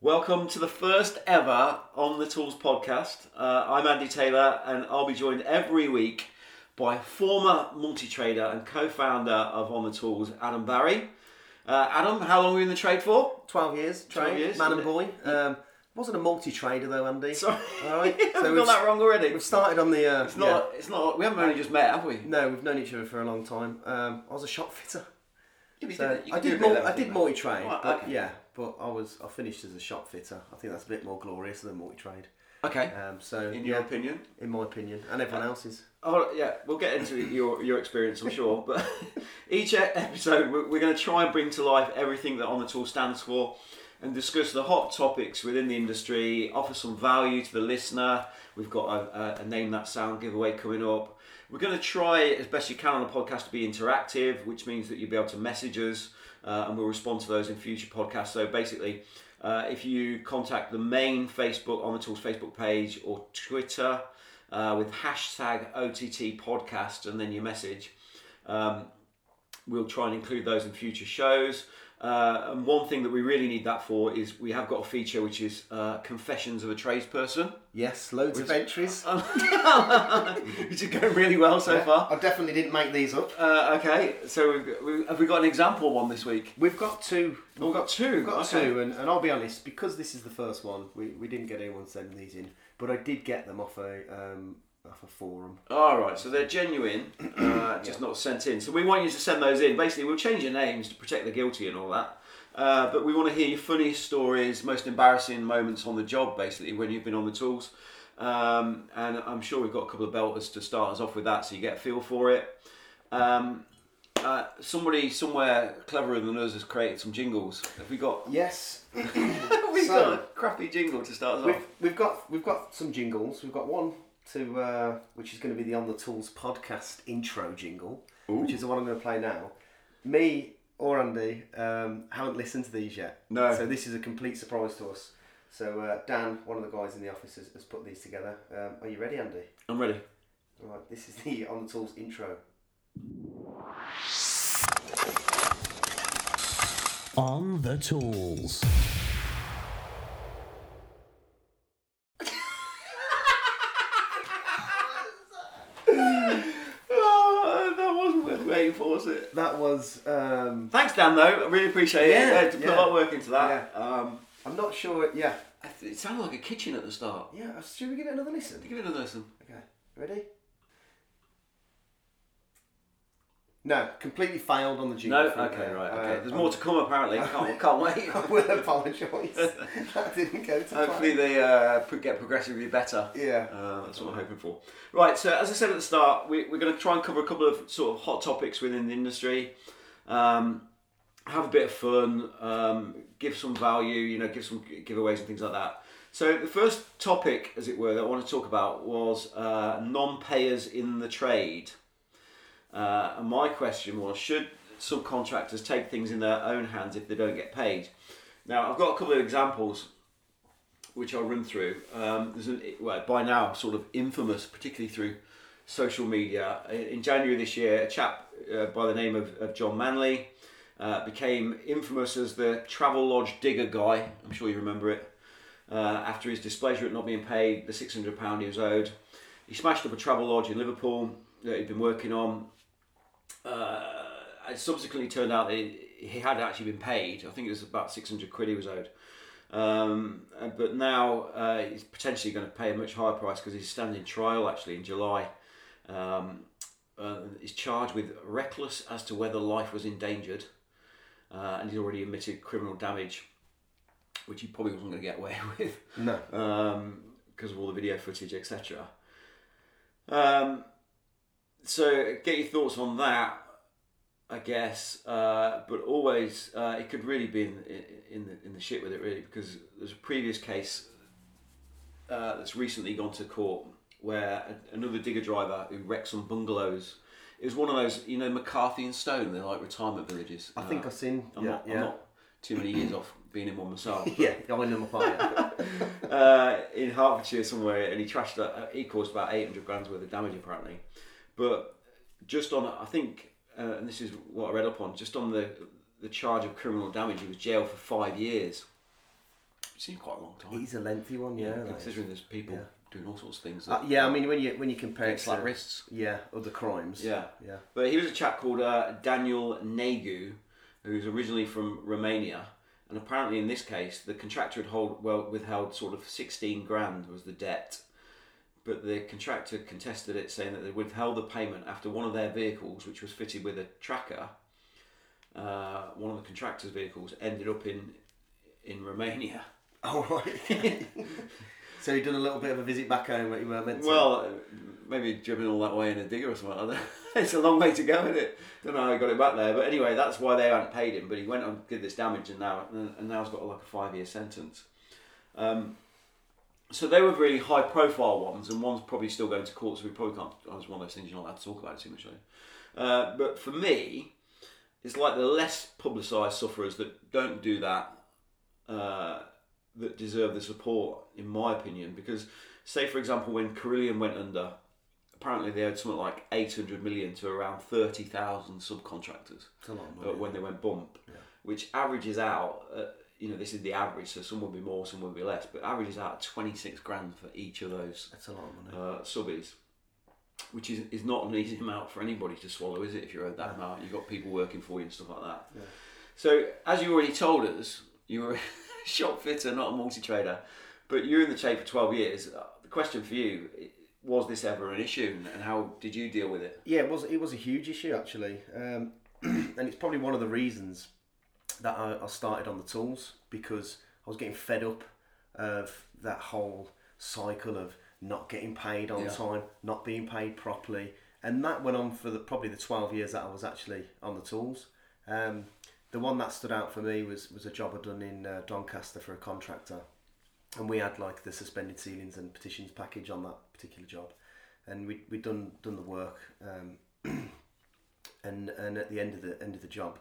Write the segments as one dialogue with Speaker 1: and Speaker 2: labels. Speaker 1: Welcome to the first ever On the Tools podcast. Uh, I'm Andy Taylor, and I'll be joined every week by former multi trader and co founder of On the Tools, Adam Barry. Uh, Adam, how long were you in the trade for?
Speaker 2: 12 years, trade,
Speaker 1: 12 years,
Speaker 2: man and
Speaker 1: isn't
Speaker 2: boy. Um, wasn't a multi trader though, Andy.
Speaker 1: Sorry,
Speaker 2: All right.
Speaker 1: I've
Speaker 2: So
Speaker 1: got
Speaker 2: we've,
Speaker 1: that wrong already.
Speaker 2: we've started on the. Uh,
Speaker 1: It's not. It's not. We haven't only just met, have we?
Speaker 2: yeah. No, we've known each other for a long time. Um, I was a shop fitter.
Speaker 1: Yeah, but you
Speaker 2: So
Speaker 1: did- you
Speaker 2: I
Speaker 1: could do a
Speaker 2: did.
Speaker 1: bit of
Speaker 2: Mul- I
Speaker 1: everything,
Speaker 2: did
Speaker 1: mate.
Speaker 2: multi trade,
Speaker 1: Right,
Speaker 2: but
Speaker 1: okay.
Speaker 2: yeah, but I was I finished as a shop fitter. I think that's a bit more glorious than multi trade.
Speaker 1: Okay.
Speaker 2: Um, so
Speaker 1: In
Speaker 2: yeah,
Speaker 1: your opinion?
Speaker 2: in my opinion, and everyone else's.
Speaker 1: Oh yeah, we'll get into your your experience, I'm sure. But each e- episode, we're, we're going to try and bring to life everything that On the Tool stands for, and discuss the hot topics within the industry. Offer some value to the listener. We've got a, a, a name that sound giveaway coming up. We're going to try as best you can on the podcast to be interactive, which means that you'll be able to message us, uh, and we'll respond to those in future podcasts. So basically. Uh, if you contact the main Facebook on the Tools Facebook page or Twitter, uh, with hashtag OTT podcast and then your message. Um, we'll try and include those in future shows. Uh, and one thing that we really need that for is we have got a feature which is uh, confessions of a tradesperson,
Speaker 2: Yes, loads of entries.
Speaker 1: which is going really well Oh, so far.
Speaker 2: I definitely didn't make these up.
Speaker 1: Uh, okay, so we've got, we, have we got an example one this week?
Speaker 2: We've got two.
Speaker 1: Oh, we've got two.
Speaker 2: We've got
Speaker 1: okay.
Speaker 2: two, and, and I'll be honest, because this is the first one, we, we didn't get anyone sending these in, but I did get them off a um, off a forum.
Speaker 1: All right, so they're genuine, uh, just not sent in. So we want you to send those in. Basically, we'll change your names to protect the guilty and all that. Uh, but we want to hear your funniest stories, most embarrassing moments on the job, basically, when you've been on the tools. Um, and I'm sure we've got a couple of belters to start us off with that, so you get a feel for it. Um, uh, somebody somewhere cleverer than us has created some jingles. Have we got?
Speaker 2: Yes,
Speaker 1: We've
Speaker 2: So-
Speaker 1: got a crappy jingle to start us
Speaker 2: we've,
Speaker 1: off.
Speaker 2: we've got we've got some jingles. We've got one to uh, which is going to be the On the Tools podcast intro jingle, which is the one I'm going to play now. Me or Andy um, haven't listened to these yet.
Speaker 1: No.
Speaker 2: So this is a complete surprise to us. So uh, Dan, one of the guys in the office, has, has put these together. Um, are you ready, Andy?
Speaker 1: I'm ready.
Speaker 2: All right. This is the On the Tools intro.
Speaker 3: On the tools.
Speaker 1: Oh, that wasn't worth waiting for, was it?
Speaker 2: That was. Um,
Speaker 1: Thanks, Dan. Though I really appreciate it.
Speaker 2: Yeah,
Speaker 1: Yeah, to put a
Speaker 2: yeah.
Speaker 1: lot of work into that. Um,
Speaker 2: I'm not sure. Yeah.
Speaker 1: I th- it sounded like a kitchen at the start.
Speaker 2: Yeah. uh, Should we give it another listen?
Speaker 1: Give it another listen.
Speaker 2: Okay. Ready? No, completely failed on the jingle.
Speaker 1: No.
Speaker 2: for it
Speaker 1: Okay.
Speaker 2: there.
Speaker 1: Right.
Speaker 2: Uh,
Speaker 1: Okay. There's more to come apparently. Can't, can't wait.
Speaker 2: I will apologise. that didn't go to
Speaker 1: Hopefully
Speaker 2: plan.
Speaker 1: they uh, pro- get progressively better.
Speaker 2: Yeah.
Speaker 1: Uh, that's what I'm hoping for. Right, so as I said at the start, we, we're going to try and cover a couple of sort of hot topics within the industry, um, have a bit of fun, um, give some value, you know, give some g- giveaways and things like that. So the first topic, as it were, that I want to talk about was uh, non-payers in the trade. Uh, and my question was, should subcontractors take things in their own hands if they don't get paid? Now, I've got a couple of examples which I'll run through. Um, there's an, well, by now, sort of infamous, particularly through social media. In in January this year, a chap uh, by the name of, of John Manley uh, became infamous as the Travel Lodge digger guy. I'm sure you remember it. Uh, after his displeasure at not being paid the £600 he was owed, he smashed up a travel lodge in Liverpool that he'd been working on it subsequently turned out that he he had actually been paid. I think it was about 600 quid he was owed. Um, uh, but now uh, he's potentially going to pay a much higher price because he's standing trial actually in July. Um, uh, he's charged with reckless as to whether life was endangered, uh, and he's already admitted criminal damage, which he probably wasn't going to get away with
Speaker 2: No.
Speaker 1: um, because of all the video footage, etc. Um, so get your thoughts on that, I guess. Uh, but always, uh, it could really be in, in the in the shit with it, really, because there's a previous case uh, that's recently gone to court where a, another digger driver who wrecked some bungalows. It was one of those, you know, McCarthy and Stone. They're like retirement villages. Uh,
Speaker 2: I think I've seen.
Speaker 1: I'm
Speaker 2: yeah,
Speaker 1: not.
Speaker 2: yeah.
Speaker 1: I'm not too many years off being in one myself
Speaker 2: Yeah, I know my fire.
Speaker 1: uh, in Hertfordshire somewhere, and he trashed that. uh, He caused about eight hundred grand's worth of damage apparently, but just on I think, uh, and this is what I read up on, just on the the charge of criminal damage, he was jailed for five years. seemed quite a long time.
Speaker 2: He's a lengthy one, yeah. like-
Speaker 1: considering there's people
Speaker 2: yeah.
Speaker 1: doing all sorts of things. That,
Speaker 2: Uh, yeah, I mean when you when you compare it
Speaker 1: It's like
Speaker 2: to-
Speaker 1: wrists.
Speaker 2: yeah other crimes.
Speaker 1: Yeah.
Speaker 2: yeah.
Speaker 1: But he was a chap called uh, Daniel Negu, who's originally from Romania. And apparently, in this case, the contractor had hold, well, withheld sort of 16 grand was the debt. But the contractor contested it, saying that they withheld the payment after one of their vehicles, which was fitted with a tracker, uh, one of the contractor's vehicles, ended up in in Romania.
Speaker 2: All right. so you done a little bit of a visit back home that you were meant to.
Speaker 1: Well, maybe driven all that way in a digger or something like that. it's a long way to go, isn't it? Don't know how he got it back there, but anyway, that's why they hadn't paid him. But he went and did this damage, and now and now he's got like a five year sentence. Um, so they were really high profile ones, and one's probably still going to court, so we probably can't. It's one of those things you're not allowed to talk about it too much. are you? Uh, but for me, it's like the less publicised sufferers that don't do that uh, that deserve the support, in my opinion. Because, say, for example, when Carillion went under, apparently they owed something like 800 million to around 30,000 subcontractors
Speaker 2: It's a lot of money.
Speaker 1: uh, when they went bump, which averages out, uh, you know, this is the average, so some will be more, some will be less, but averages out 26 grand for each of those
Speaker 2: That's a lot of money.
Speaker 1: uh, subbies. Which is, is not an easy amount for anybody to swallow, is it? If you're owed that amount, you've got people working for you and stuff like that. So, as you already told us, you were a shop fitter, not a multi trader, but you're in the trade for 12 years. Uh, The question for you i- was this ever an issue and how did you deal with it?
Speaker 2: Yeah, it was it was a huge issue actually, um, and it's probably one of the reasons that I, I started on the tools because I was getting fed up of that whole cycle of not getting paid on
Speaker 1: Yeah.
Speaker 2: time, not being paid properly, and that went on for the, probably the twelve years that I was actually on the tools. Um, the one that stood out for me was was a job I'd done in uh, Doncaster for a contractor, and we had like the suspended ceilings and petitions package on that particular job, and we we done done the work, um, and and at the end of the end of the job,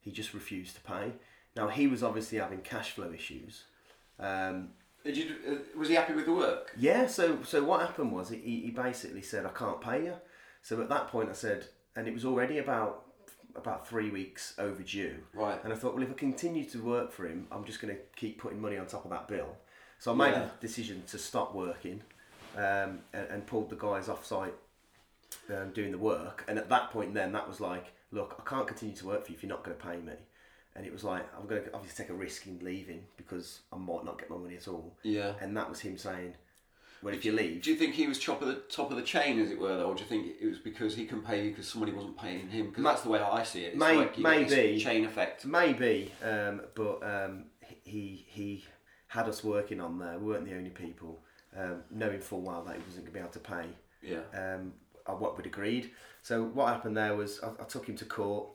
Speaker 2: he just refused to pay. Now he was obviously having cash flow issues. Um,
Speaker 1: Did you, uh, was he happy with the work?
Speaker 2: yeah, so so what happened was he, he basically said I can't pay you. So at that point I said, and it was already about about three weeks overdue.
Speaker 1: Right.
Speaker 2: And I thought, well, if I continue to work for him, I'm just going to keep putting money on top of that bill. So I made
Speaker 1: Yeah.
Speaker 2: a decision to stop working, um, and, and pulled the guys off site um, doing the work. And at that point, then that was like, look, I can't continue to work for you if you're not going to pay me. And it was like, I'm going to obviously take a risk in leaving because I might not get my money at all.
Speaker 1: Yeah.
Speaker 2: And that was him saying, well, if you leave,
Speaker 1: Do you think he was top of the top of the chain, as it were, though, or do you think it was because he couldn't pay you because somebody wasn't paying him? Because that's the way I see it. It's
Speaker 2: may-
Speaker 1: like you get this
Speaker 2: maybe.
Speaker 1: chain effect.
Speaker 2: Maybe, um, but um, he he had us working on there. We weren't the only people, um, knowing full well that he wasn't going to be able to pay
Speaker 1: Yeah.
Speaker 2: um, uh, what we'd agreed. So what happened there was I, I took him to court.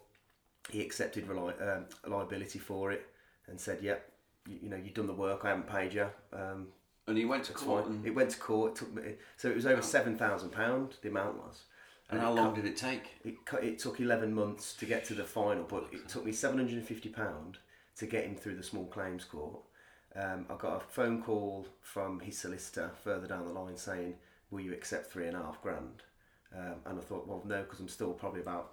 Speaker 2: He accepted reli- um, liability for it and said, "Yep, you, you know you've done the work. I haven't paid you." Um,
Speaker 1: And he went to court, and,
Speaker 2: it went to court. It took me, so it was over seven thousand pound. The amount was.
Speaker 1: and how long did it take?
Speaker 2: It, cu- it took 11 months to get to the final, but it took me £750 to get him through the small claims court. Um, I got a phone call from his solicitor further down the line saying, Will you accept three and a half grand? Um, and I thought, Well, no, because I'm still probably about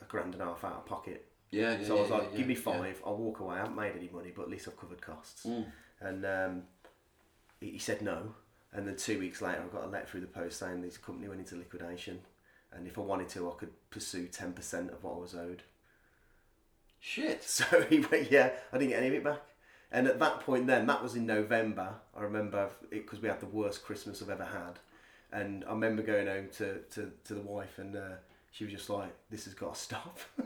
Speaker 2: a grand and a half out of pocket.
Speaker 1: Yeah, yeah,
Speaker 2: So I was
Speaker 1: yeah,
Speaker 2: like,
Speaker 1: yeah,
Speaker 2: Give me
Speaker 1: yeah. Mm.
Speaker 2: five, I'll walk away. I haven't made any money, but at least I've covered costs. And um, he he said no. And then two weeks later, I got a letter through the post saying this company went into liquidation. And if I wanted to, I could pursue 10% of what I was owed.
Speaker 1: Shit.
Speaker 2: So he went, yeah, I didn't get any of it back. And at that point, then, that was in November. I remember it because we had the worst Christmas I've ever had. And I remember going home to, to, to the wife, and uh, she was just like, this has got to stop.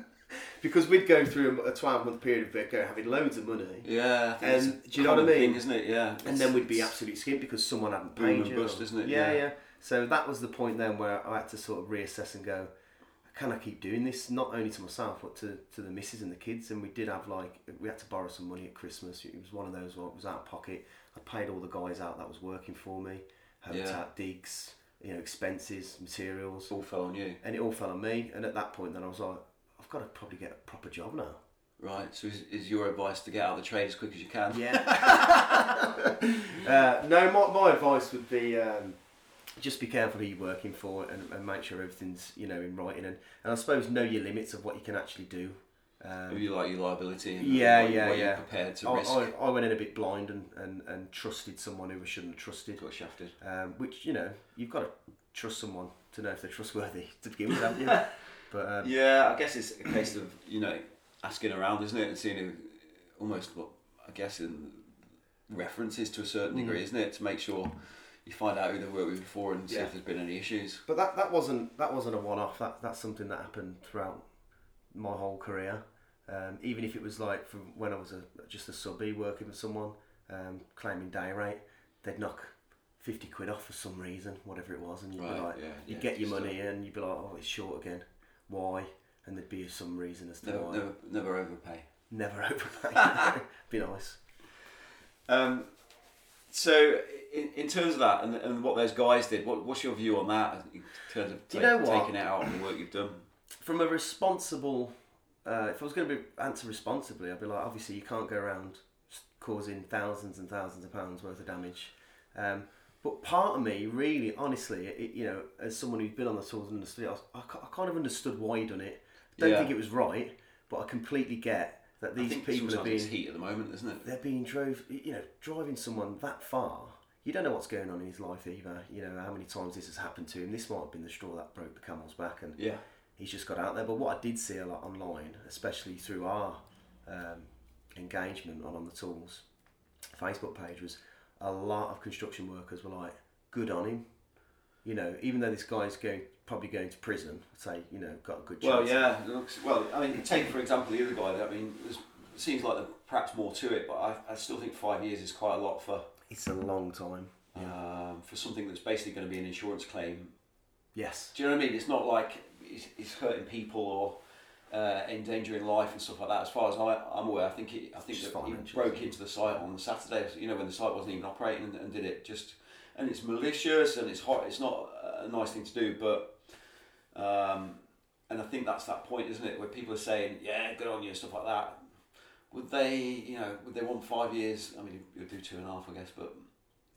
Speaker 2: because we'd go through a 12 month period of it, go having loads of money.
Speaker 1: Yeah. I think it's
Speaker 2: And
Speaker 1: a
Speaker 2: do you know what I
Speaker 1: common
Speaker 2: mean?
Speaker 1: Thing, isn't it? Yeah.
Speaker 2: and
Speaker 1: It's-
Speaker 2: then we'd be
Speaker 1: it's-
Speaker 2: absolutely skint because someone hadn't
Speaker 1: Boom
Speaker 2: paid
Speaker 1: and
Speaker 2: you.
Speaker 1: bust, isn't it?
Speaker 2: Yeah,
Speaker 1: Yeah.
Speaker 2: yeah, So that was the point then where I had to sort of reassess and go, can I keep doing this? Not only to myself, but to, to the missus and the kids. And we did have like we had to borrow some money at Christmas. It was one of those where it was out of pocket. I paid all the guys out that was working for me, hotel
Speaker 1: Yeah.
Speaker 2: digs, you know, expenses, materials,
Speaker 1: all fell on you.
Speaker 2: and it all fell on me. And at that point, then I was like, I've got to probably get a proper job now.
Speaker 1: Right. So is, is your advice to get out of the trade as quick as you can?
Speaker 2: Yeah. uh, no, my, my advice would be um, just be careful who you're working for and, and make sure everything's you know in writing and, and I suppose know your limits of what you can actually do Um,
Speaker 1: you like your liability and
Speaker 2: Yeah,
Speaker 1: what you-
Speaker 2: yeah,
Speaker 1: what you're
Speaker 2: yeah.
Speaker 1: prepared to
Speaker 2: I,
Speaker 1: risk.
Speaker 2: I, I went in a bit blind and, and, and trusted someone who I shouldn't have trusted.
Speaker 1: Got shafted.
Speaker 2: Um, which, you know, you've got to trust someone to know if they're trustworthy to begin with, haven't you? But um,
Speaker 1: Yeah, I guess it's a case of you know asking around, isn't it, and seeing who, almost what I guess in references to a certain degree, isn't it, to make sure you find out who they've worked with before and see
Speaker 4: Yeah.
Speaker 1: if there's been any issues.
Speaker 2: But that, that wasn't that wasn't a one off. That that's something that happened throughout my whole career. Um, even if it was like from when I was a, just a subbie working with someone, um, claiming day rate, they'd knock fifty quid off for some reason, whatever it was, and you'd be
Speaker 1: Right,
Speaker 2: like,
Speaker 1: yeah,
Speaker 2: you
Speaker 1: yeah,
Speaker 2: get your
Speaker 1: just
Speaker 2: money and you'd be like, oh, it's short again. Why? And there'd be some reason as to
Speaker 1: Never,
Speaker 2: why.
Speaker 1: never, never overpay.
Speaker 2: Never overpay. be nice.
Speaker 4: Um,
Speaker 1: So, in, in terms of that and, and what those guys did, what, what's your view on that in terms of
Speaker 2: Do
Speaker 1: take-
Speaker 2: you know what?
Speaker 1: taking it out on the work you've done?
Speaker 2: from a responsible, uh, if I was going to be answer responsibly, I'd be like, obviously you can't go around s- causing thousands and thousands of pounds worth of damage. Um, but part of me, really, honestly, it, you know, as someone who's been on the tools and understood it, I, was, I, ca- I kind of understood why he done it. Don't
Speaker 1: Yeah.
Speaker 2: think it was right, but I completely get that
Speaker 1: I
Speaker 2: these
Speaker 1: think
Speaker 2: people are
Speaker 1: sometimes it's
Speaker 2: being
Speaker 1: heat at the moment, isn't it?
Speaker 2: they're being drove you know driving someone that far you don't know what's going on in his life either you know how many times this has happened to him this might have been the straw that broke the camel's back and
Speaker 1: Yeah.
Speaker 2: he's just got out there but what i did see a lot online especially through our um, engagement on on the tools facebook page was a lot of construction workers were like good on him you know even though this guy's going probably going to prison I'd say you know got a good chance
Speaker 1: Well, yeah. it Looks, well, I mean, take for example the other guy. I mean, there's, it seems like there's perhaps more to it, but I, I still think five years is quite a lot for
Speaker 2: it's a long time
Speaker 1: um, for something that's basically going to be an insurance claim.
Speaker 2: yes
Speaker 1: Do you know what I mean? It's not like it's, it's hurting people or uh, endangering life and stuff like that. As far as I, I'm aware, I think it, I think
Speaker 2: Just
Speaker 1: that he
Speaker 2: financial,
Speaker 1: broke
Speaker 2: isn't it?
Speaker 1: into the site on Saturday. You know, when the site wasn't even operating, and, and did it just. And it's malicious and it's hot. It's not a nice thing to do, but. Um, and I think that's that point, isn't it, where people are saying, "Yeah, good on you" and stuff like that. Would they, you know, would they want five years? I mean, you'd do two and a half, I guess, but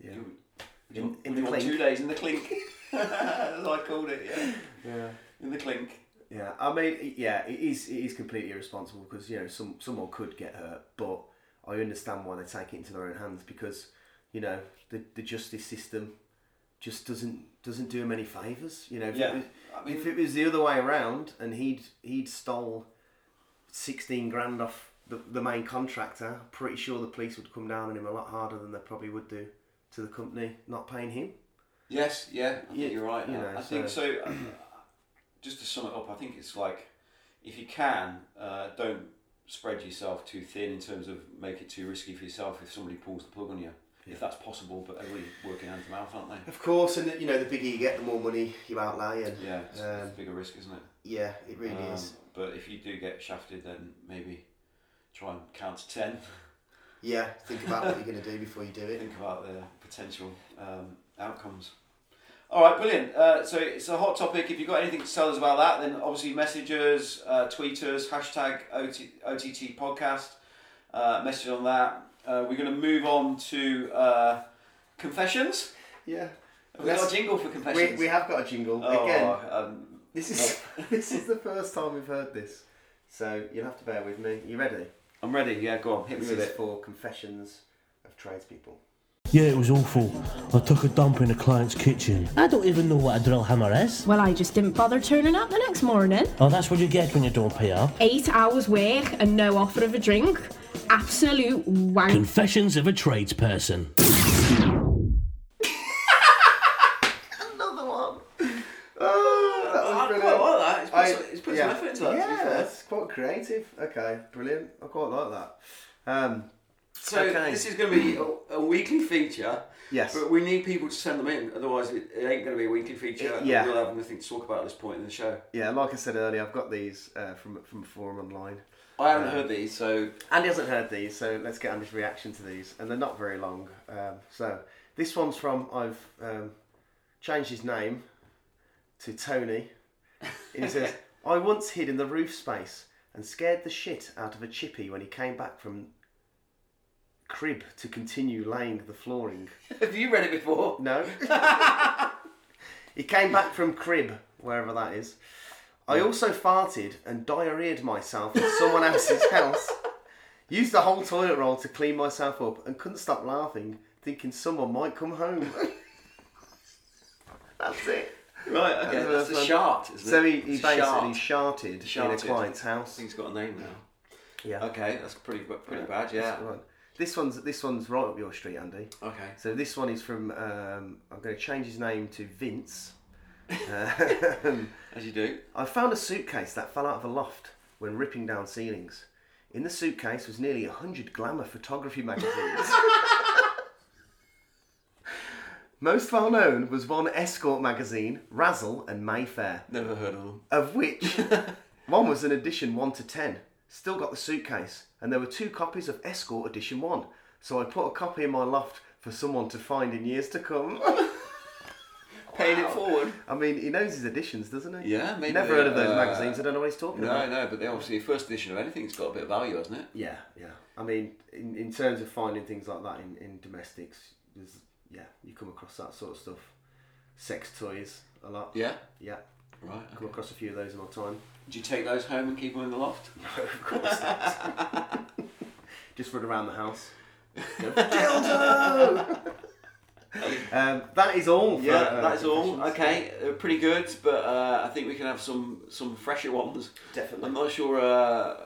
Speaker 2: yeah
Speaker 1: you, would
Speaker 2: In-
Speaker 1: you, want-
Speaker 2: in
Speaker 1: would
Speaker 2: the
Speaker 1: you want
Speaker 2: clink.
Speaker 1: two days in the clink, as I called it, yeah,
Speaker 2: yeah
Speaker 1: in the clink.
Speaker 2: Yeah, I mean, it- yeah, it is it is completely irresponsible because you know some someone could get hurt, but I understand why they take it into their own hands because you know the the justice system just doesn't doesn't do him any favors. You know, if,
Speaker 1: Yeah,
Speaker 2: it, was,
Speaker 1: I mean-
Speaker 2: if it was the other way around and he'd he'd stole sixteen grand off the, the main contractor, pretty sure the police would come down on him a lot harder than they probably would do to the company not paying him.
Speaker 1: Yes, yeah, I
Speaker 2: Yeah,
Speaker 1: think you're right.
Speaker 2: you
Speaker 1: I-
Speaker 2: know,
Speaker 1: I think so. uh, just to sum it up, I think it's like if you can, uh, don't spread yourself too thin in terms of make it too risky for yourself if somebody pulls the plug on you. If that's possible, but everybody working hand to mouth, aren't they?
Speaker 2: Of course, and you know the bigger you get, the more money you outlay, and
Speaker 1: Yeah, it's,
Speaker 2: Um,
Speaker 1: it's a bigger risk, isn't it?
Speaker 2: yeah, it really
Speaker 1: Um,
Speaker 2: is.
Speaker 1: But if you do get shafted, then maybe try and count to ten.
Speaker 2: Yeah, think about what you're going to do before you do it.
Speaker 1: Think about the potential um, outcomes. All right, brilliant. Uh, so it's a hot topic. If you've got anything to tell us about that, then obviously message us, uh, tweet us, hashtag OT, OTT podcast, uh, message on that. Uh, we're going to move on to uh, confessions.
Speaker 2: Yeah.
Speaker 1: Have we got
Speaker 2: Let's-
Speaker 1: a jingle for
Speaker 2: We,
Speaker 1: confessions?
Speaker 2: we have got a jingle.
Speaker 1: Oh,
Speaker 2: Again,
Speaker 1: um,
Speaker 2: this is this is the first time we've heard this. So you'll have to bear with me. You ready?
Speaker 1: I'm ready. Yeah, go on. Hit me
Speaker 2: This
Speaker 1: with
Speaker 2: is
Speaker 1: it.
Speaker 2: for confessions of tradespeople.
Speaker 3: Yeah, it was awful. I took a dump in a client's kitchen. I don't even know what a drill hammer is.
Speaker 5: Well, I just didn't bother turning up the next morning.
Speaker 3: Oh, that's what you get when you don't pay up.
Speaker 5: Eight hours work and no offer of a drink. Absolute wank.
Speaker 3: Confessions of a tradesperson.
Speaker 2: Another one. Oh, that was
Speaker 1: I quite
Speaker 2: brilliant.
Speaker 1: like that. It's put
Speaker 2: I-
Speaker 1: some- it's put some effort into that, to be
Speaker 2: Yeah,
Speaker 1: fair.
Speaker 2: it's quite creative. Okay, brilliant. I quite like that. Um,
Speaker 1: So
Speaker 2: Okay.
Speaker 1: this is going to be a, a weekly feature.
Speaker 2: Yes.
Speaker 1: But we need people to send them in, otherwise it, it ain't going to be a weekly feature. and
Speaker 2: yeah.
Speaker 1: We'll have nothing to talk about at this point in the show.
Speaker 2: yeah, like I said earlier, I've got these uh, from from a forum online.
Speaker 1: I haven't heard these, so
Speaker 2: Andy hasn't heard these, so let's get Andy's reaction to these, and they're not very long. Um, so this one's from I've um, changed his name to Tony. And he says, "I once hid in the roof space and scared the shit out of a chippy when he came back from crib to continue laying the flooring."
Speaker 1: have you read it before?
Speaker 2: No. he came back from crib, wherever that is. I also farted and diarrheaed myself at someone else's house. Used the whole toilet roll to clean myself up and couldn't stop laughing, thinking someone might come home. That's it.
Speaker 1: Right, okay,
Speaker 2: the
Speaker 1: that's a
Speaker 2: first one.
Speaker 1: shart, isn't it?
Speaker 2: So he, he
Speaker 1: It's a
Speaker 2: basically
Speaker 1: shart.
Speaker 2: sharted, in a
Speaker 1: Sharted.
Speaker 2: client's
Speaker 1: I
Speaker 2: house.
Speaker 1: think he's got a name now.
Speaker 2: Yeah.
Speaker 1: Okay, that's pretty pretty bad. Yeah.
Speaker 2: That's the one. This one's this one's right up your street, Andy.
Speaker 1: Okay.
Speaker 2: So this one is from um, I'm going to change his name to Vince. Uh,
Speaker 1: As you do.
Speaker 2: I found a suitcase that fell out of a loft when ripping down ceilings. In the suitcase was nearly 100 glamour photography magazines. Most well known was one escort magazine, Razzle and Mayfair,
Speaker 1: Never heard of them.
Speaker 2: of which one was an edition 1 to 10. Still got the suitcase, and there were two copies of Escort Edition 1, so I put a copy in my loft for someone to find in years to come.
Speaker 1: Paying it forward.
Speaker 2: I mean, he knows his editions, doesn't he?
Speaker 1: Yeah, maybe
Speaker 2: Never
Speaker 1: they-
Speaker 2: heard of those
Speaker 1: uh,
Speaker 2: magazines. I don't know what he's talking about.
Speaker 1: No, no, but they obviously first edition of anything's got a bit of value, hasn't it?
Speaker 2: Yeah, yeah. I mean, in, in terms of finding things like that in, in domestics, there's, yeah, you come across that sort of stuff. Sex toys a lot.
Speaker 1: Yeah.
Speaker 2: Yeah.
Speaker 1: Right. okay.
Speaker 2: Come across a few of those in my time.
Speaker 1: Do you take those home and keep them in the loft?
Speaker 2: of course not. Just run around the house. Go, Dildo! um, that is all. for,
Speaker 1: Yeah,
Speaker 2: uh,
Speaker 1: that's all.
Speaker 2: confessions.
Speaker 1: Okay, uh, pretty good, but uh, I think we can have some some fresher ones.
Speaker 2: Definitely.
Speaker 1: I'm not sure. Uh,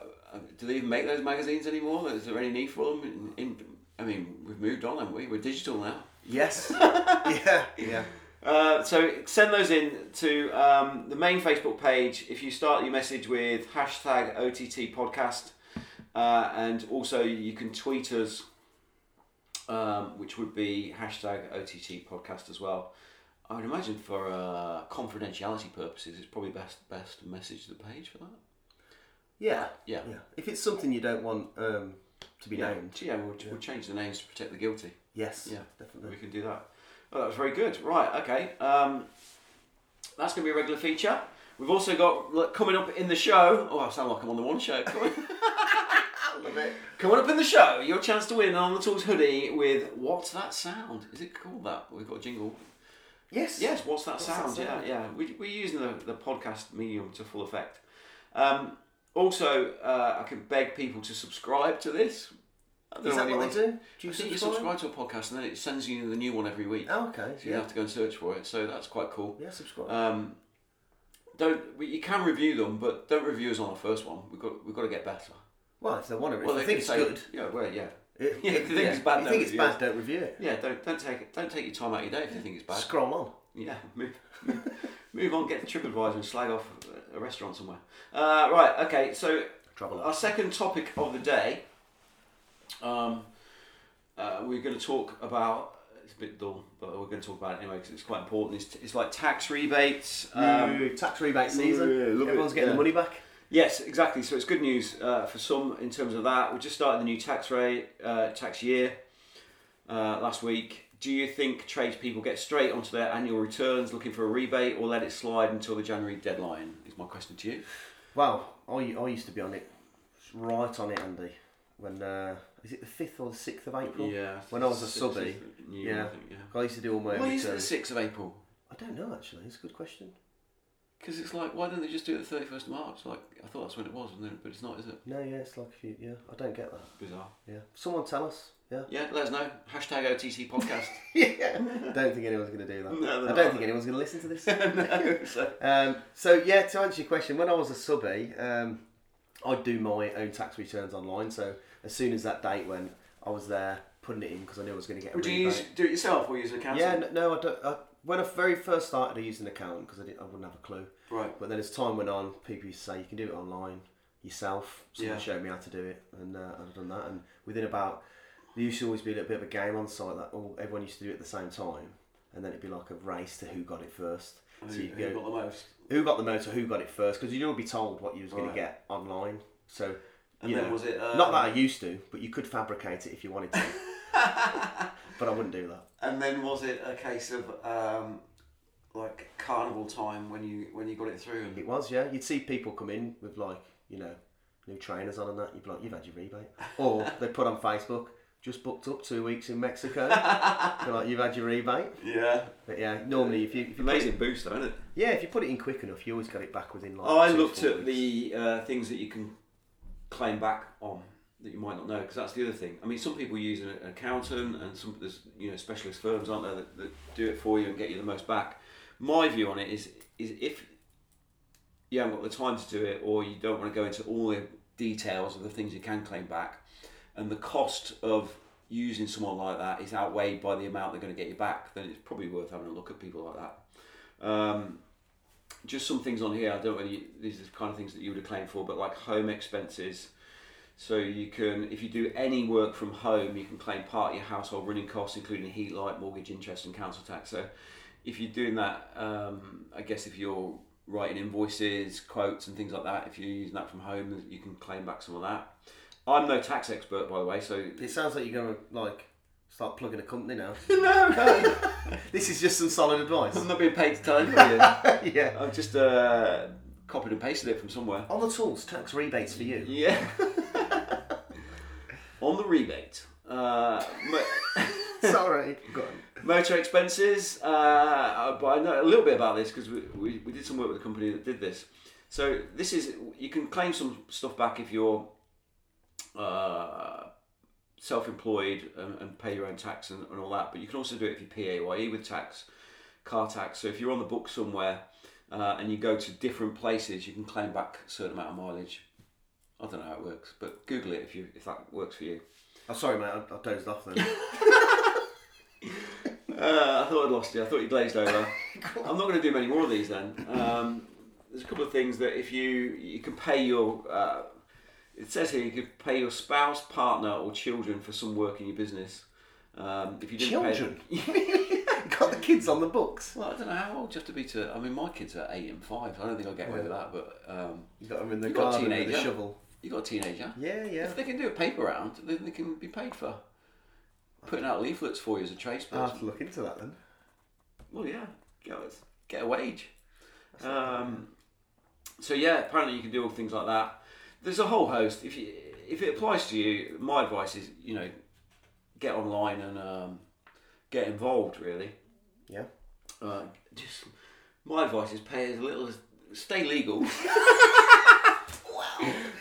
Speaker 1: do they even make those magazines anymore? Is there any need for them? In, in, I mean, we've moved on, haven't we? We're digital now.
Speaker 2: Yes. yeah, yeah.
Speaker 6: Uh, so send those in to um, the main Facebook page. If you start your message with hashtag OTT podcast, uh, and also you can tweet us, um, which would be hashtag OTT podcast as well.
Speaker 1: I would imagine for uh, confidentiality purposes, it's probably best best to message the page for that.
Speaker 2: Yeah.
Speaker 1: Yeah.
Speaker 2: Yeah. If it's something you don't want um, to be named,
Speaker 1: yeah, we'll, we'll change the names to protect the guilty.
Speaker 2: yes.
Speaker 1: Yeah,
Speaker 2: Definitely.
Speaker 6: We can do that. Oh, that was very good. Right, okay. Um, that's going to be a regular feature. We've also got look, coming up in the show.
Speaker 1: Oh, I sound like I'm on the one show. Come on.
Speaker 6: Coming up in the show, your chance to win an on the tools hoodie with
Speaker 1: What's that sound? Is it called that? We've got a jingle.
Speaker 2: Yes.
Speaker 6: Yes, what's that
Speaker 2: that
Speaker 6: sound?
Speaker 2: sound?
Speaker 6: Yeah, yeah. We, we're using the, the podcast medium to full effect. Um, also, uh, I can beg people to subscribe to this. I don't
Speaker 2: Is
Speaker 6: know
Speaker 2: that
Speaker 6: anyone-
Speaker 2: what they do?
Speaker 1: I
Speaker 2: Do you
Speaker 1: think
Speaker 2: subscribe?
Speaker 1: you subscribe to a podcast and then it sends you the new one every week.
Speaker 2: Oh, okay.
Speaker 1: So you
Speaker 2: Yeah.
Speaker 1: have to go and search for it. So that's quite cool.
Speaker 2: Yeah, subscribe.
Speaker 1: Um, don't we- you can review them, but don't review us on the first one. We've got we've got to get better.
Speaker 2: well, if they want to, if
Speaker 1: Well,
Speaker 2: they
Speaker 1: they
Speaker 2: think
Speaker 1: can
Speaker 2: it's
Speaker 1: say-
Speaker 2: good.
Speaker 1: Yeah, well, yeah,
Speaker 2: It,
Speaker 1: Yeah, if you think it's bad, don't
Speaker 2: if you think it's
Speaker 1: review it.
Speaker 2: bad, don't review it.
Speaker 1: yeah. Don't don't take it. Don't take your time out of your day if you think it's bad.
Speaker 2: Scroll on.
Speaker 1: Yeah, move, move on. Get the TripAdvisor and slag off a restaurant somewhere. Uh, right. Okay. So
Speaker 2: Trouble.
Speaker 1: Our second topic of the day, um, uh, we're going to talk about. It's a bit dull, but we're going to talk about it anyway because it's quite important. It's, it's like tax rebates. Um,
Speaker 2: Ooh, tax rebate season.
Speaker 6: yeah, love it,
Speaker 2: Everyone's getting
Speaker 6: yeah.
Speaker 2: the money back.
Speaker 6: Yes, exactly. So it's good news uh, for some in terms of that. We just started the new tax rate uh, tax year uh, last week. Do you think tradespeople get straight onto their annual returns looking for a rebate, or let it slide until the January deadline?
Speaker 1: is my question to you.
Speaker 2: Well, I, I used to be on it, right on it, Andy. When uh, is it the fifth or the sixth of April?
Speaker 1: Yeah.
Speaker 2: When I was a
Speaker 1: Sixth
Speaker 2: subby.
Speaker 1: of-
Speaker 2: Yeah.
Speaker 1: I think, yeah.
Speaker 2: I used to do all my own
Speaker 1: Why is it the
Speaker 2: returns.
Speaker 1: sixth of April?
Speaker 2: I don't know actually. It's a good question.
Speaker 1: Because it's like, why don't they just do it the thirty first of March? Like I thought that's when it was, and then, but it's not, is it?
Speaker 2: No, yeah, it's like a few. Yeah, I don't get that.
Speaker 1: Bizarre.
Speaker 2: Yeah, someone tell us. Yeah.
Speaker 1: Yeah, let us know. Hashtag OTT podcast.
Speaker 2: don't think anyone's going to do that.
Speaker 1: No,
Speaker 2: I
Speaker 1: they're
Speaker 2: don't
Speaker 1: not.
Speaker 2: think anyone's going to listen to this.
Speaker 1: no, so-
Speaker 2: um, so yeah, to answer your question, when I was a subby, um, I'd do my own tax returns online. So as soon as that date went, I was there putting it in because I knew I was going to get a
Speaker 1: Would you
Speaker 2: rebate.
Speaker 1: use, do it yourself or use an accountant?
Speaker 2: yeah, n- no, I don't. I, when I very first started, I used an account because I didn't, I wouldn't have a clue.
Speaker 1: Right.
Speaker 2: But then as time went on, people used to say you can do it online yourself. Someone
Speaker 1: Yeah.
Speaker 2: showed me how to do it, and uh, I've done that. And within about, there used to always be a little bit of a game on site that all everyone used to do it at the same time, and then it'd be like a race to who got it first. so
Speaker 1: Who,
Speaker 2: you
Speaker 1: who
Speaker 2: go
Speaker 1: got the most?
Speaker 2: who got the motor, who got it first, because you'd all be told what you was going
Speaker 1: Right.
Speaker 2: to get online. So.
Speaker 1: And
Speaker 2: you
Speaker 1: then
Speaker 2: know,
Speaker 1: was it, um,
Speaker 2: not that I used to, but you could fabricate it if you wanted to. but I wouldn't do that.
Speaker 1: And then was it a case of um, like carnival time when you when you got it through? And
Speaker 2: It was, yeah. You'd see people come in with like, you know, new trainers on and that. You'd be like, you've had your rebate. Or they put on Facebook, just booked up two weeks in Mexico. Be like you've had your rebate.
Speaker 7: Yeah.
Speaker 2: But yeah, normally if you if you put it,
Speaker 1: Amazing boost, though, isn't it?
Speaker 2: yeah if you put it in quick enough, you always get it back within like.
Speaker 1: Oh, I
Speaker 2: two,
Speaker 1: looked
Speaker 2: four
Speaker 1: at
Speaker 2: weeks.
Speaker 1: the uh, things that you can claim back on that you might not know because that's the other thing. I mean, some people use an an accountant and some there's you know specialist firms aren't there that, that do it for you and get you the most back. My view on it is is if you haven't got the time to do it or you don't want to go into all the details of the things you can claim back, and the cost of using someone like that is outweighed by the amount they're going to get you back, then it's probably worth having a look at people like that. Um, just some things on here. I don't know whether you, these are the kind of things that you would have claimed for, but like home expenses. So you can, if you do any work from home, you can claim part of your household running costs, including heat, light, mortgage, interest, and council tax. So if you're doing that, um, I guess if you're writing invoices, quotes, and things like that, if you're using that from home, you can claim back some of that. I'm no tax expert, by the way, so
Speaker 2: It sounds like you're gonna like start plugging a company now.
Speaker 1: no,
Speaker 2: this is just some solid advice.
Speaker 1: I'm not being paid to tell anybody.
Speaker 2: yeah.
Speaker 1: I've just uh, copied and pasted it from somewhere.
Speaker 2: On the tools, tax rebates for you.
Speaker 1: Yeah. on the rebate. Uh, mo-
Speaker 2: Sorry. Go on.
Speaker 1: motor expenses. Uh, but I know a little bit about this because we, we, we did some work with a company that did this. So this is you can claim some stuff back if you're uh, self-employed and, and pay your own tax and, and all that. But you can also do it if you PAYE E with tax, car tax. So if you're on the book somewhere uh, and you go to different places, you can claim back a certain amount of mileage. I don't know how it works, but Google it if you if that works for you.
Speaker 2: I'm Oh, sorry, mate. I, I dozed off then.
Speaker 1: Uh, I thought I'd lost you. I thought you glazed over. I'm not going to do many more of these then. Um, there's a couple of things that if you you can pay your uh, it says here you could pay your spouse, partner, or children for some work in your business. Um, if you didn't
Speaker 2: Children.
Speaker 1: Pay,
Speaker 2: Got the kids on the books.
Speaker 7: Well, I don't know how old you have to be to. I mean, my kids are eight and five. I don't think I'll get away with that. But um,
Speaker 2: You got them in the
Speaker 7: You've got a
Speaker 2: garden with a
Speaker 7: teenager.
Speaker 2: shovel.
Speaker 7: you got a teenager.
Speaker 2: Yeah, yeah.
Speaker 7: If they can do a paper round, then they can be paid for putting out leaflets for you as a
Speaker 2: I'll
Speaker 1: Ah,
Speaker 7: tradesperson.
Speaker 2: have to look into that then.
Speaker 1: well, yeah, get it.
Speaker 7: Get a wage.
Speaker 1: Um, so yeah, apparently you can do all things like that. There's a whole host. If you if it applies to you, my advice is you know get online and um, get involved really.
Speaker 2: Yeah.
Speaker 1: Uh, just my advice is pay as little as stay legal. wow,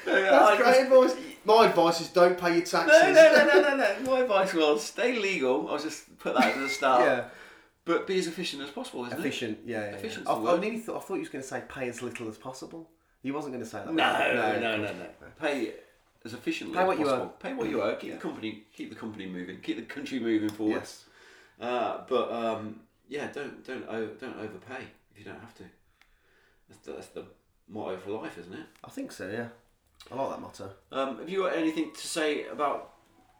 Speaker 2: That's great advice. My advice is don't pay your taxes.
Speaker 1: No, no, no, no, no, no. My advice was stay legal. I'll just put that at the start.
Speaker 2: Yeah.
Speaker 1: But be as efficient as possible, isn't
Speaker 2: Efficient, yeah. yeah, yeah.
Speaker 1: Efficient's
Speaker 2: I,
Speaker 1: the
Speaker 2: I
Speaker 1: word.
Speaker 2: nearly thought I thought you was going to say pay as little as possible. You wasn't going to say that.
Speaker 1: it? No,
Speaker 2: was you?
Speaker 1: no, no, no, no. Pay as efficiently
Speaker 2: Pay what
Speaker 1: as
Speaker 2: you
Speaker 1: possible.
Speaker 2: owe.
Speaker 1: Pay what you owe. Keep the company, keep the company moving. Keep the country moving forward.
Speaker 2: Yes.
Speaker 1: Uh, but um, yeah, don't don't o don't overpay if you don't have to. That's, that's the motto for life, isn't it?
Speaker 2: I think so. Yeah. I like that motto.
Speaker 1: Um, have you got anything to say about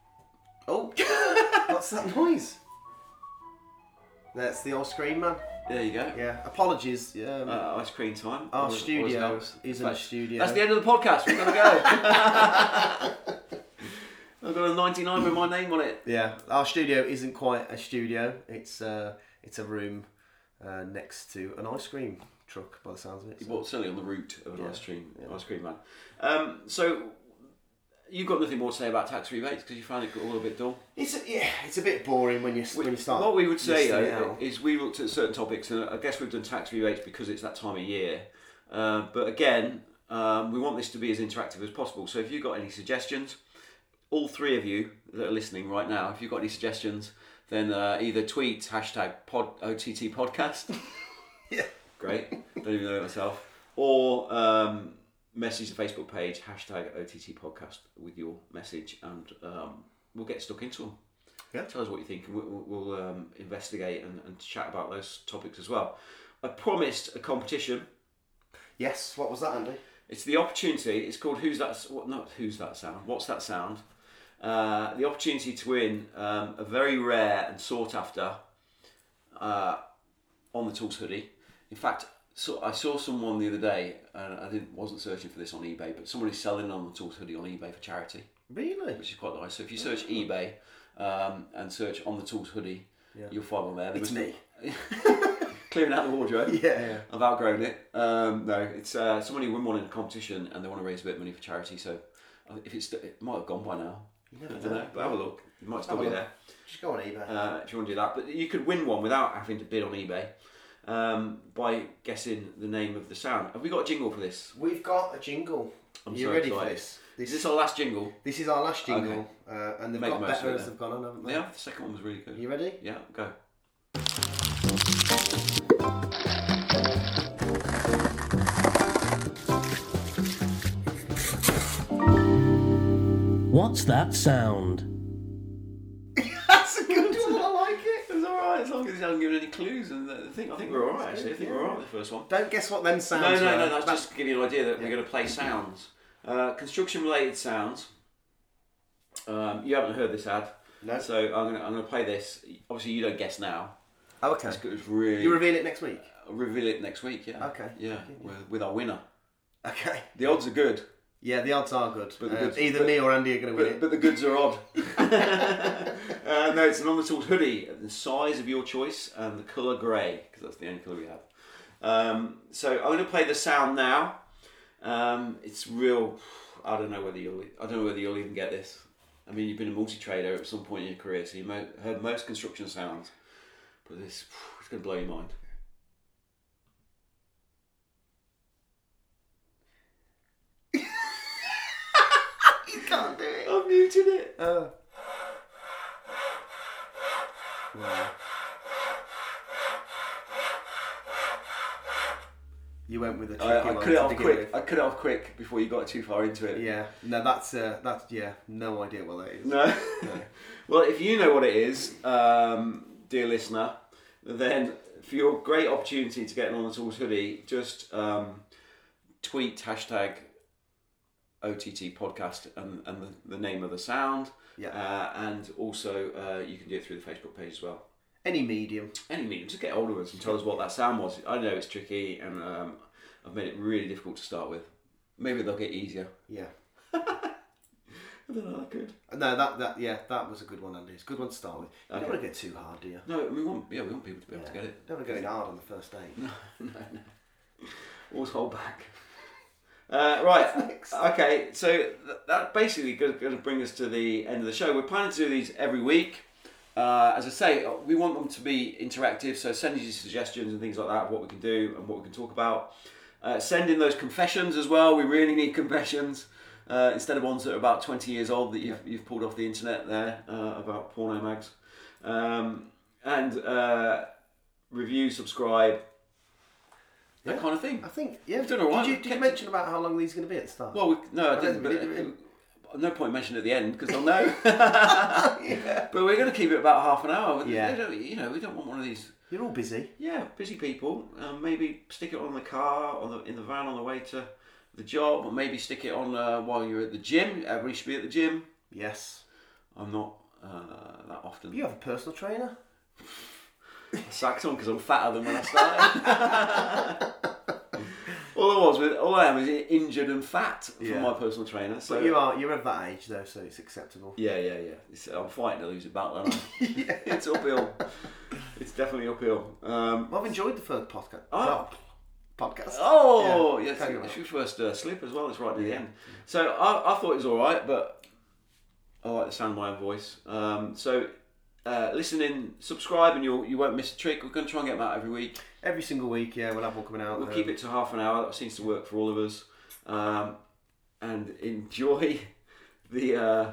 Speaker 2: Oh, what's that noise? That's the old screen man.
Speaker 1: There you go.
Speaker 2: Yeah. Apologies. Um,
Speaker 1: Uh, ice cream time.
Speaker 2: our
Speaker 1: Always- always
Speaker 2: studio
Speaker 1: helps.
Speaker 2: is in a
Speaker 1: That's-
Speaker 2: studio.
Speaker 1: That's the end of the podcast. We're gonna go. I've got a 99 with my name on it.
Speaker 2: Yeah, our studio isn't quite a studio. It's uh, it's a room uh, next to an ice cream truck, by the sounds of it. So.
Speaker 1: Well, certainly on the route of an ice cream, ice cream man. Um, so you've got nothing more to say about tax rebates because you found it all a bit dull.
Speaker 2: It's a, yeah, it's a bit boring when you when you start.
Speaker 1: what we would say
Speaker 2: listing it
Speaker 1: though
Speaker 2: out.
Speaker 1: is we looked at certain topics, and I guess we've done tax rebates because it's that time of year. Uh, but again, um, we want this to be as interactive as possible. So if you've got any suggestions, all three of you that are listening right now, if you've got any suggestions, then uh, either tweet hashtag pod, OTT podcast. yeah. Great. Don't even know it myself. Or um, message the Facebook page hashtag OTT podcast with your message, and um, we'll get stuck into them.
Speaker 2: Yeah.
Speaker 1: Tell us what you think, and we- we'll, we'll um, investigate and, and chat about those topics as well. I promised a competition.
Speaker 2: yes, what was that, Andy?
Speaker 1: It's the opportunity. It's called "Who's That?" S- What not "Who's That Sound?" What's that sound? Uh, the opportunity to win um, a very rare and sought after uh, on the tools hoodie. In fact, so I saw someone the other day, and I didn't wasn't searching for this on eBay, but somebody's selling on the tools hoodie on eBay for charity
Speaker 2: Really?
Speaker 1: which is quite nice. So if you search eBay um, and search on the tools hoodie, you'll find one there. There
Speaker 2: It's me.
Speaker 1: clearing out the wardrobe.
Speaker 2: Yeah.
Speaker 1: I've outgrown it. Um, no, it's uh, somebody won one in a competition and they want to raise a bit of money for charity. So uh, if it's it might have gone by now.
Speaker 2: You
Speaker 1: I
Speaker 2: never
Speaker 1: don't know,
Speaker 2: know.
Speaker 1: but have a look. It might still
Speaker 2: Have a
Speaker 1: be
Speaker 2: look.
Speaker 1: there
Speaker 2: Just go on eBay.
Speaker 1: uh, if you want to do that. But you could win one without having to bid on eBay um, by guessing the name of the sound. Have we got a jingle for this?
Speaker 2: We've got a jingle.
Speaker 1: I'm
Speaker 2: you
Speaker 1: so
Speaker 2: ready for
Speaker 1: excited.
Speaker 2: this?
Speaker 1: Is
Speaker 2: This
Speaker 1: this our last jingle?
Speaker 2: this is our last jingle,
Speaker 1: Okay.
Speaker 2: uh, and they've
Speaker 1: Make
Speaker 2: got
Speaker 1: the most
Speaker 2: better
Speaker 1: of it
Speaker 2: as
Speaker 1: then.
Speaker 2: they've gone on, haven't they?
Speaker 1: Yeah, the second one was really good.
Speaker 2: You ready?
Speaker 1: Yeah, go.
Speaker 3: What's that sound?
Speaker 2: That's a good one. I like it.
Speaker 1: It was alright, as long as you haven't given any clues. And the thing, I think we're alright, actually. I think we're alright with the first one.
Speaker 2: Don't guess what them sounds.
Speaker 1: No, no,
Speaker 2: were.
Speaker 1: no, that's just to give you an idea that we're going to play sounds. Uh, construction related sounds. Um, you haven't heard this ad.
Speaker 2: No.
Speaker 1: So I'm going to, I'm going to play this. Obviously, you don't guess now.
Speaker 2: Oh, okay.
Speaker 1: It's good, it's really.
Speaker 2: You reveal it next week.
Speaker 1: I'll reveal it next week, yeah.
Speaker 2: Okay.
Speaker 1: Yeah, with, with our winner.
Speaker 2: Okay.
Speaker 1: The odds are good,
Speaker 2: Yeah, the odds are good.
Speaker 1: But the
Speaker 2: Uh,
Speaker 1: goods-
Speaker 2: either
Speaker 1: but-
Speaker 2: me or Andy are going to win
Speaker 1: but,
Speaker 2: it.
Speaker 1: but the goods are odd. uh, no, it's an on the tools hoodie, the size of your choice and the colour grey, because that's the only colour we have. Um, so I'm going to play the sound now. Um, it's real. I don't know whether you'll. e, I don't know whether you'll even get this. I mean, you've been a multi-trader at some point in your career, so you mo- heard most construction sounds, but this it's going to blow your mind.
Speaker 2: you can't do it.
Speaker 1: I've muted it.
Speaker 2: Uh. You went with a tricky
Speaker 1: I, I
Speaker 2: one
Speaker 1: cut it
Speaker 2: to
Speaker 1: off
Speaker 2: begin
Speaker 1: quick.
Speaker 2: with.
Speaker 1: I cut it off quick before you got too far into it.
Speaker 2: Yeah, no, that's uh, that's yeah, no idea what that is.
Speaker 1: No. well, if you know what it is, um, dear listener, then for your great opportunity to get an On the Tools hoodie, just um, tweet hashtag OTT podcast and, and the, the name of the sound.
Speaker 2: Yeah.
Speaker 1: Uh, and also, uh, you can do it through the Facebook page as well.
Speaker 2: Any medium.
Speaker 1: Any medium, just get hold of us and tell us what that sound was. I know it's tricky and um, I've made it really difficult to start with. Maybe they'll get easier.
Speaker 2: Yeah.
Speaker 1: I don't know, that could.
Speaker 2: No, that that yeah, that was a good one, Andy. It's a good one to start with. You
Speaker 1: Okay.
Speaker 2: don't want to go too hard, do you?
Speaker 1: No, we want, yeah, we want people to be able to get it.
Speaker 2: Don't want to go in hard on the first day.
Speaker 1: Always hold back. Uh, right. Okay. So th- that basically going to bring us to the end of the show. We're planning to do these every week. Uh, as I say, uh, we want them to be interactive. So send us your suggestions and things like that. of What we can do and what we can talk about. Uh, send in those confessions as well. We really need confessions. Uh, instead of ones that are about 20 years old that you've, you've pulled off the internet there uh, about porno mags. Um, and uh, review, subscribe, that
Speaker 2: Yeah.
Speaker 1: kind of thing.
Speaker 2: I think yeah.
Speaker 1: You've done all right.
Speaker 2: Did you, did you
Speaker 1: Kept
Speaker 2: mention about how long these are going to be at the start?
Speaker 1: Well, we, no, I
Speaker 2: don't
Speaker 1: didn't.
Speaker 2: think we
Speaker 1: But,
Speaker 2: did,
Speaker 1: uh, no point mentioning at the end because they'll know. But we're going to keep it about half an hour.
Speaker 2: Yeah.
Speaker 1: They don't- you know, we don't want one of these.
Speaker 2: you're all busy.
Speaker 1: Yeah, busy people. Um, maybe stick it on the car, on the in the van on the way to the job, or maybe stick it on uh, while you're at the gym. Everybody should be at the gym.
Speaker 2: Yes.
Speaker 1: I'm not uh, that often.
Speaker 2: You have a personal trainer.
Speaker 1: sacked on because I'm fatter than when I started. all I was with, all I am is injured and fat from
Speaker 2: Yeah.
Speaker 1: my personal trainer. So
Speaker 2: But you are you're of that age though, so it's acceptable.
Speaker 1: Yeah, yeah, yeah. It's, I'm fighting to lose a battle, aren't I? It's uphill. It's definitely uphill. Um,
Speaker 2: Well, I've enjoyed the first podcast.
Speaker 1: Oh.
Speaker 2: podcast.
Speaker 1: oh,
Speaker 2: Yeah,
Speaker 1: yes,
Speaker 2: carry
Speaker 1: it's
Speaker 2: on.
Speaker 1: your first uh, slip as well. It's right near the end. So I, I thought it was all right, but I like the sound of my own voice. Um, so uh, listen in, subscribe, and you'll, you won't miss a trick. We're going to try and get them out every week.
Speaker 2: Every single week, yeah, we'll have one coming out.
Speaker 1: We'll keep it to half an hour. That seems to work for all of us. Um, and enjoy the. Uh,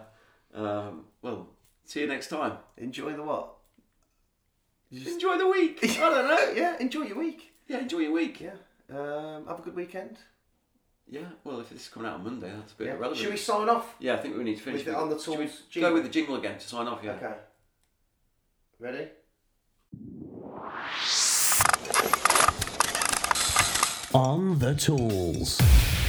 Speaker 1: um, well, see you next time.
Speaker 2: Enjoy the what?
Speaker 1: Enjoy the week. I don't know.
Speaker 2: Yeah, enjoy your week.
Speaker 1: Yeah, enjoy your week.
Speaker 2: Yeah. Um, have a good weekend.
Speaker 1: Yeah, well, if this is coming out on Monday, that's a bit
Speaker 2: Yeah.
Speaker 1: irrelevant.
Speaker 2: Should we sign off?
Speaker 1: Yeah, I think we need to finish.
Speaker 2: With the- on the
Speaker 1: Should we
Speaker 2: tools
Speaker 1: Go
Speaker 2: jingle?
Speaker 1: with the jingle again to sign off, yeah.
Speaker 2: Okay. Ready?
Speaker 3: On the tools.